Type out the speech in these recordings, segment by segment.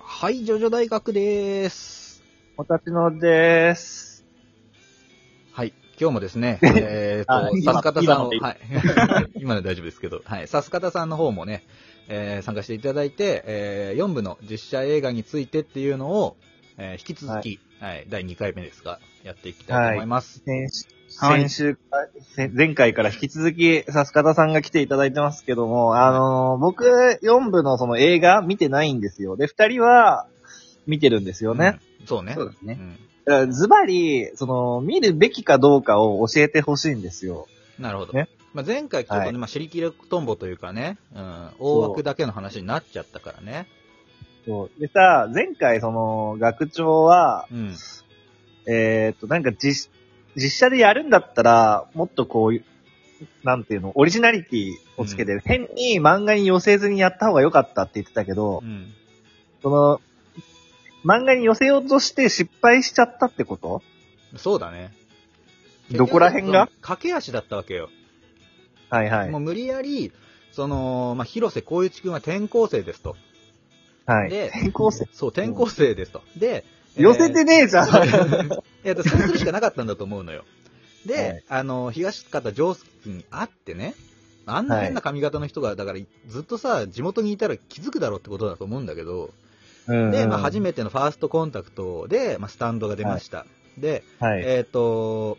はい、ジョジョ大学でーす。おたちのでーす。はい、今日もです ね、えあーと、今さすかたさんを、今はい、 今ので大丈夫ですけど、はい、さすかたさんの方もね、えー参加していただいて、え4部の実写映画についてっていうのを、えー引き続き、はい、第2回目ですが、やっていきたいと思います。先は週、い先週から、せ前回から引き続き、さすかたさんが来ていただいてますけども、あのー僕、4部のその映画見てないんですよ。で、2人は見てるんですよね。うん。そうね。そうですねんだからズバリ、その、見るべきかどうかを教えてほしいんですよ。なるほど。ねまあ、前回ちょっとね、はいまあ、尻切れトンボというかね、うん、大枠だけの話になっちゃったからね。そう。でさ、前回その、学長は、うん。えーっと、なんか実、実写でやるんだったら、もっとこういう、なんていうの、オリジナリティをつけて、変に漫画に寄せずにやった方が良かったって言ってたけど、うん。その、漫画に寄せようとして失敗しちゃったってことそうだね。どこら辺が結局駆け足だったわけよ。はいはいもう。無理やり、その、まあ、広瀬光一君は転校生ですと。はい。で転校生。そう、転校生ですと。で、 寄せてねえじゃん。 えー えっと、そうするしかなかったんだと思うのよ。で、はいあの、東方丈介に会ってね、あんな変な髪型の人が、だから、ずっとさ、地元にいたら気づくだろうってことだと思うんだけど、うんで、まあ、初めてのファーストコンタクトで、まあ、スタンドが出ました。で、はい。えっ、と、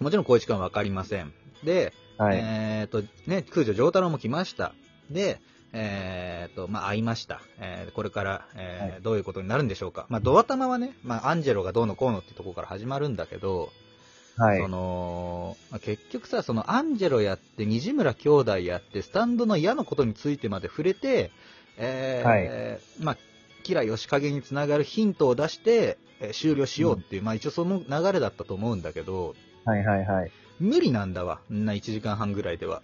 もちろん光一君はわかりません。で、はい。えっ、と、ね、空女丈太郎も来ました。で、えっ、と、まあ、会いました。えーこれから、えーはどういうことになるんでしょうか。まあ、ドア玉はね、まあ、アンジェロがどうのこうのってとこから始まるんだけど、はいそ。の、まあ結局さ、そのアンジェロやって、西村兄弟やって、スタンドの嫌なことについてまで触れて、えーまあ、キラヨシカゲにつながるヒントを出して、えー終了しようっていう、まあ一応その流れだったと思うんだけど、はいはいはい。無理なんだわ。んな1時間半ぐらいでは。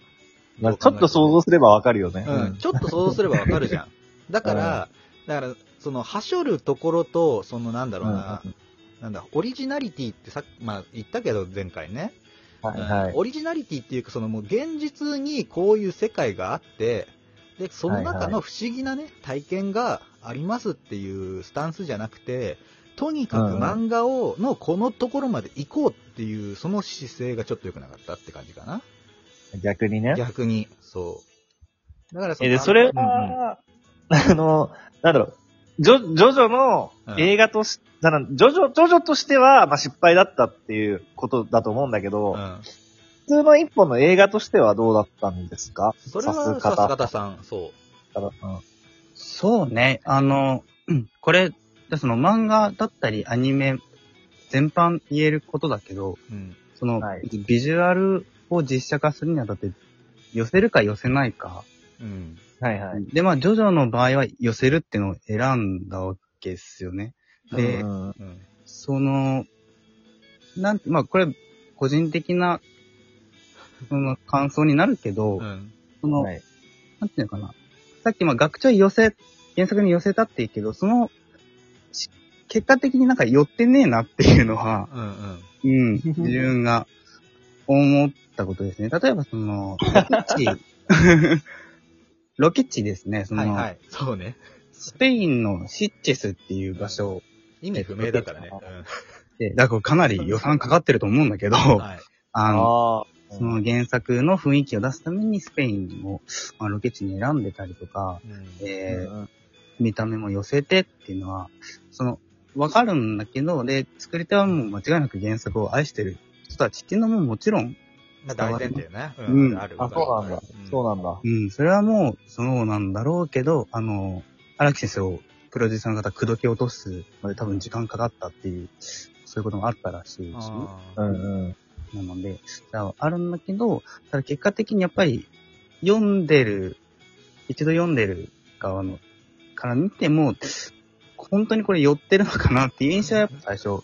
まあちょっと想像すればわかるよね。うん、ちょっと想像すればわかるじ ゃん。だから、だから、その、はしょるところと、その、なんだろうな、なんだ、オリジナリティってさっき、まあ、言ったけど、前回ね。うんはいはいうん。オリジナリティっていうか、その、もう、現実にこういう世界があって、で、その中の不思議なね、体験がありますっていうスタンスじゃなくて、とにかく漫画を、のこのところまで行こうっていう、その姿勢がちょっと良くなかったって感じかな。逆にね。逆に、そう。だからえ、で、それうんうんは、 あの、なんだろう、ジョ、ジョジョの映画とし、だからジョジョ、ジョジョとしては、まあ、失敗だったっていうことだと思うんだけど、うん普通の一本の映画としてはどうだったんですかそれはさすさがすだがたさん、そからうんそうね。あの、うんこれ、その漫画だったりアニメ全般言えることだけど、う。うん。その、はいビジュアルを実写化するにあたって、寄せるか寄せないか。うん。はいはい。で、まあ、ジョジョの場合は寄せるっていうのを選んだわけですよね。で、うんうん。その、なんて、まあ、これ、個人的な、その感想になるけど、うん。その、はいなんていうのかな。さっき、まあ、学長寄せ、原作に寄せたって言うけど、その、し結果的になんか寄ってねえなっていうのは、うん。うん、自分が思ったことですね。例えばその、ロケ地、ロケ地ですね。その、はいはい。そうね。スペインのシッチェスっていう場所意味不明だからね。で、だからかなり予算かかってると思うんだけど、うん。はい。ああの、ーその原作の雰囲気を出すためにスペインを、まあ、ロケ地に選んでたりとか、うんえーうん見た目も寄せてっていうのは、その、わかるんだけど、で、作り手はもう間違いなく原作を愛してる人たちっていうのももちろん、まあ大前提ね。ううんある。あ、そうなんだ。そうなんだ。うん、それはもう、そうなんだろうけど、あの、荒木先生をプロデューサーの方、口説き落とすまで多分時間かかったっていう、そういうこともあったらしいし、なあーうんうん。ので、だからあるんだけど、ただ結果的にやっぱり、読んでる、一度読んでる側の、から見ても、本当にこれ寄ってるのかなっていう印象はやっぱ最初、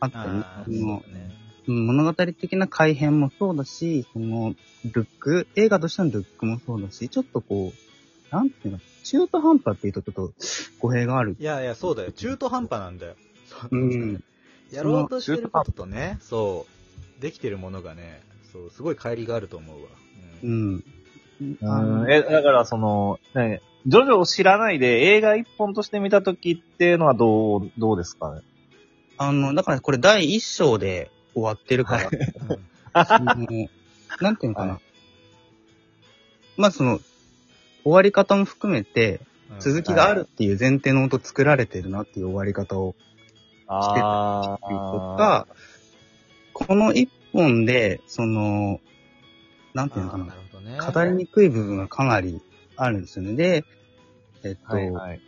あったねあー。そのそうねうん物語的な改変もそうだし、その、ルック、映画としてのルックもそうだし、ちょっとこう、なんていうの、中途半端っていうとちょっと語弊がある。いやいや、そうだよ。中途半端なんだよ。うん。 やろうとしてることとね、そう。できてるものがね、そう、すごい乖離があると思うわ。うん。うんえ、だからその、ね、ジョジョを知らないで映画一本として見た時っていうのはどう、どうですかねあの、だからこれ第一章で終わってるから、そのなんていうのかな。まあその、終わり方も含めて、うん続きがあるっていう前提の音作られてるなっていう終わり方をあとあ。か、この一本で、その、なんていうのかあーなな。るほどね。語りにくい部分がかなりあるんですよね。で、えっと、はいはい。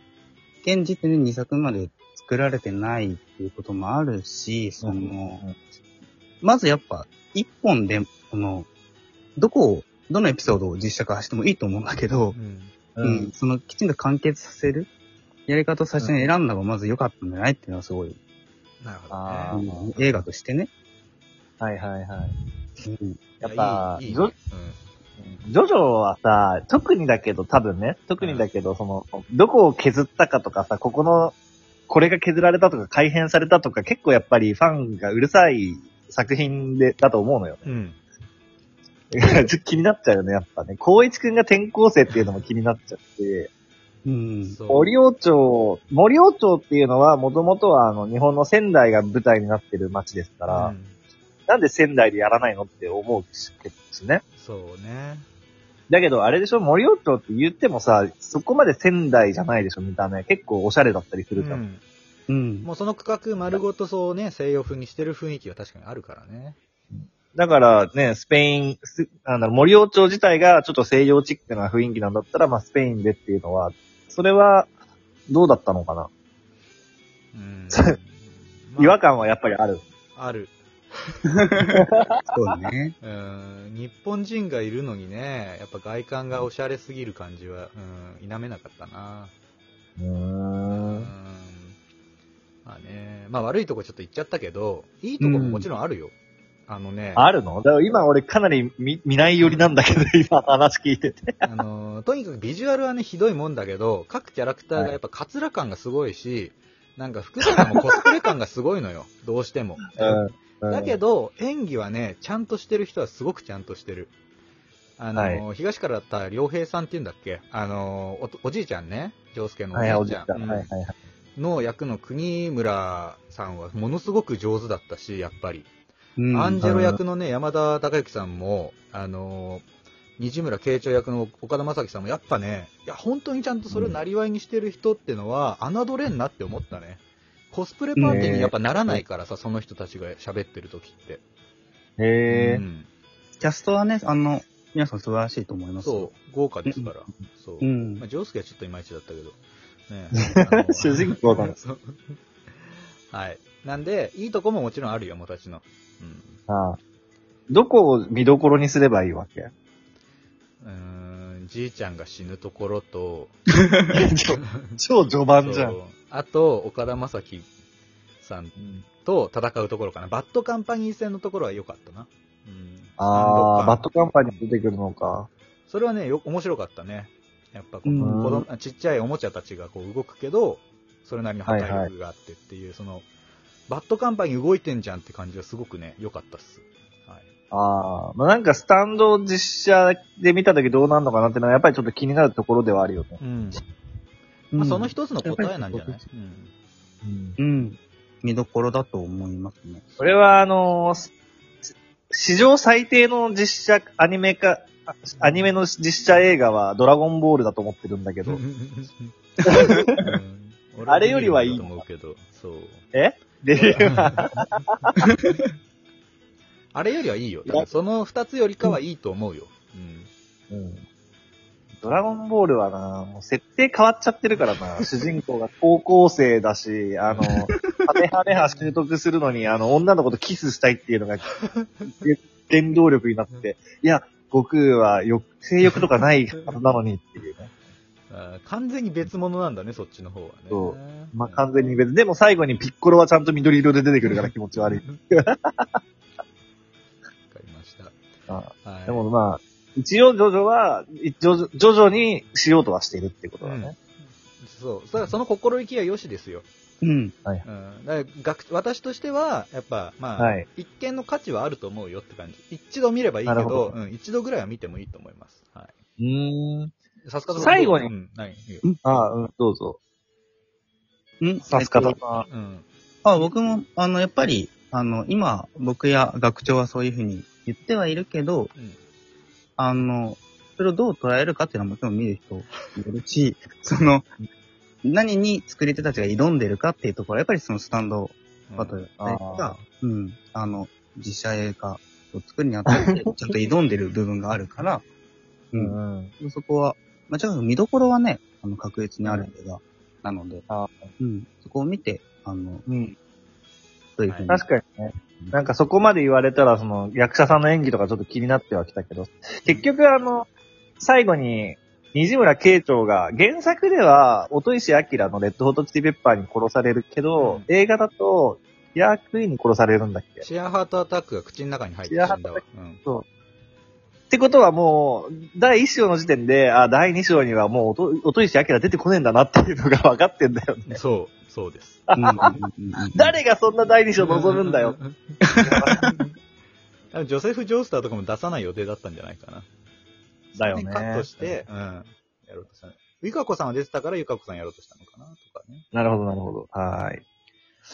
現時点で2作まで作られてないっていうこともあるし、その、うんまずやっぱ、一本で、その、どこを、どのエピソードを実写化してもいいと思うんだけど、うん。うん、うん。その、きちんと完結させる、やり方を最初に選んだのがまず良かったんじゃないっていうのはすごい、なるほあどーね。うん映画としてね。はいはいはい。うんやっぱ、いやいいいいジョねうんジョジョはさ、特にだけど、多分ね、特にだけど、その、どこを削ったかとかさ、ここの、これが削られたとか改変されたとか、結構やっぱりファンがうるさい作品で、だと思うのよ。 うん。ちょっと気になっちゃうよね、やっぱね。光一くんが転校生っていうのも気になっちゃって、うん。そう森王町、森王町っていうのは、もともとはあの、日本の仙台が舞台になってる街ですから、うんなんで仙台でやらないのって思うし、ですね。そうね。だけど、あれでしょ、森尾町って言ってもさ、そこまで仙台じゃないでしょ、見た目。結構おしゃれだったりするから。うんうん。もうその区画丸ごとそうね、西洋風にしてる雰囲気は確かにあるからね。だからね、スペイン、すあの森尾町自体がちょっと西洋チックな雰囲気なんだったら、まあスペインでっていうのは、それは、どうだったのかな、うん。違和感はやっぱりある。まあある。そうだね。うーん日本人がいるのにね、やっぱ外観がおしゃれすぎる感じは、うん、否めなかったな。うー。うんん。まあね、まあ悪いとこちょっと言っちゃったけど、いいとこももちろんあるよ。あのね、ああるのだから今俺かなり見見ない寄りなんだけど、 今話聞いてて。の、とにかくビジュアルはね、ひどいもんだけど、各キャラクターがやっぱカツラ感がすごいし、なんか服とかもコスプレ感がすごいのよ。どうしても。だけど、ど、演技はね、ちゃんとしてる人はすごくちゃんとしてる。あの、は東からだった良平さんって言うんだっけあのおと、おじいちゃんね、ジョウスケのおはじいはい、おいじちいゃんちゃん。はいはいはい。うんの役の国村さんはものすごく上手だったし、やっぱり。うん。アンジェロ役のね、山田孝之さんも、あの西村慶長役の岡田将生さんも、やっぱね、いや、本当にちゃんとそれをなりわいにしてる人ってのは、侮れんなって思ったね。コスプレパーティーにやっぱならないからさ、その人たちが喋ってる時って。へうー。、んキャストはね、あの、皆さん素晴らしいと思います。そう、豪華ですから。そうう。んまあ、。ジョースケはちょっといまいちだったけど。ね主人公だのそう はい。なんで、いいとこももちろんあるよ、もたちの。うんああどこを見どころにすればいいわけうーん、じいちゃんが死ぬところと、 超序盤じゃん。そうあと、岡田将生さんと戦うところかな。バッドカンパニー戦のところは良かったな。うん、ああ、バッドカンパニーー出てくるのか。それはね、よ、面白かったね。やっぱこうんの子供、ちっちゃいおもちゃたちがこう動くけど、それなりの破壊力があってっていう、その、バッドカンパニー動いてんじゃんって感じはすごくね、良かったっす。はい。ああ、まあ、なんかスタンドを実写で見たときどうなるのかなってのは、やっぱりちょっと気になるところではあるよね。うん。うまあ、んその一つの答えなんじゃないうん。うん。見どころだと思いますね。これは、あのーす史上最低の実写、アニメか、あアニメの実写映画はドラゴンボールだと思ってるんだ けど。うんあれよりはいい俺は見るんだと思うけど、 そう。え で、あれよりはいいよ。だからその二つよりかはいいと思うよ。うん。うんドラゴンボールはな、もう設定変わっちゃってるから な、主人公が高校生だし、あの、ハテハテハ習得するのに、あの、女の子とキスしたいっていうのが、 原動力になって、いや、悟空は欲、性欲とかないはずなのにっていうね。あー完全に別物なんだね、そっちの方はね。。そうまあ、完全に別。でも最後にピッコロはちゃんと緑色で出てくるから気持ち悪い。わかりました。あはい。でもまあ、一応ジョジョは、ジョジョジョジョにしようとはしてるってことだね。そう。それはその心意気は良しですよ。うん。うん。だから学私としては、やっぱ、まあ、はい。一見の価値はあると思うよって感じ。一度見ればいいけなど、るほどうん、一度ぐらいは見てもいいと思います。はい。うーん。さすが最後にうん、ない。いいよああ、うん、どうぞ。んさすがえだっとな。うん。あ、僕も、あの、やっぱり、あの、今、僕や学長はそういうふうに言ってはいるけど、うんあの、それをどう捉えるかっていうのはもちろん見る人いるし、 その、何に作り手たちが挑んでるかっていうところは、やっぱりそのスタンドバトルだったりとか、うん、あの、実写映画を作るにあたって、ちょっと挑んでる部分があるから、う、うんん。そこは、まあ、ちょっと見どころはね、あの、確実にある映画なので、あうん、そこを見て、あの、うん。どういうふうに。確かにね。なんかそこまで言われたら、その、役者さんの演技とかちょっと気になってはきたけど、結局あの、最後に、西村慶長が、原作では、音石明のレッドホットチリペッパーに殺されるけど、映画だと、ヤークイーンに殺されるんだっけシェアハートアタックが口の中に入って死んシェアハーだトアわタ。うん。ってことはもう、第1章の時点で、あ、第2章にはもう音、音石明出てこねえんだなっていうのが分かってんだよね。そう、そうです。うんうんうんうん 誰がそんな第2章望むんだよ。多分ジョセフ・ジョースターとかも出さない予定だったんじゃないかな。だよねでカットして、うん。やろうとしたの。ゆかこさんは出てたからゆかこさんやろうとしたのかなとかね。なるほど、なるほど。はーい。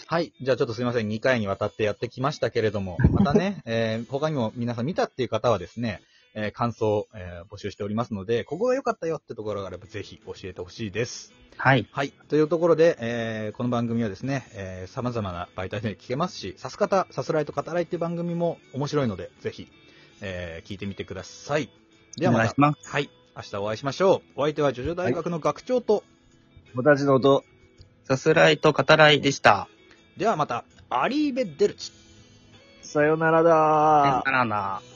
はい。じゃあちょっとすいません。2回にわたってやってきましたけれど も、またね、えー他にも皆さん見たっていう方はですね、えー感想を、えー募集しておりますので、ここが良かったよってところがあればぜひ教えてほしいです。はい。はい。というところで、えーこの番組はですね、えー、様々な媒体で聞けますし、さす方、さすらいと語らいっていう番組も面白いので、ぜひ、えー聞いてみてください。ではおま願いたし、ます。はい。明日お会いしましょう。お相手はジョジョ大学の学長と、私の音、さすらいと語らいでした。ではまた、アリーベ・デルチ。さよならさだーよならな。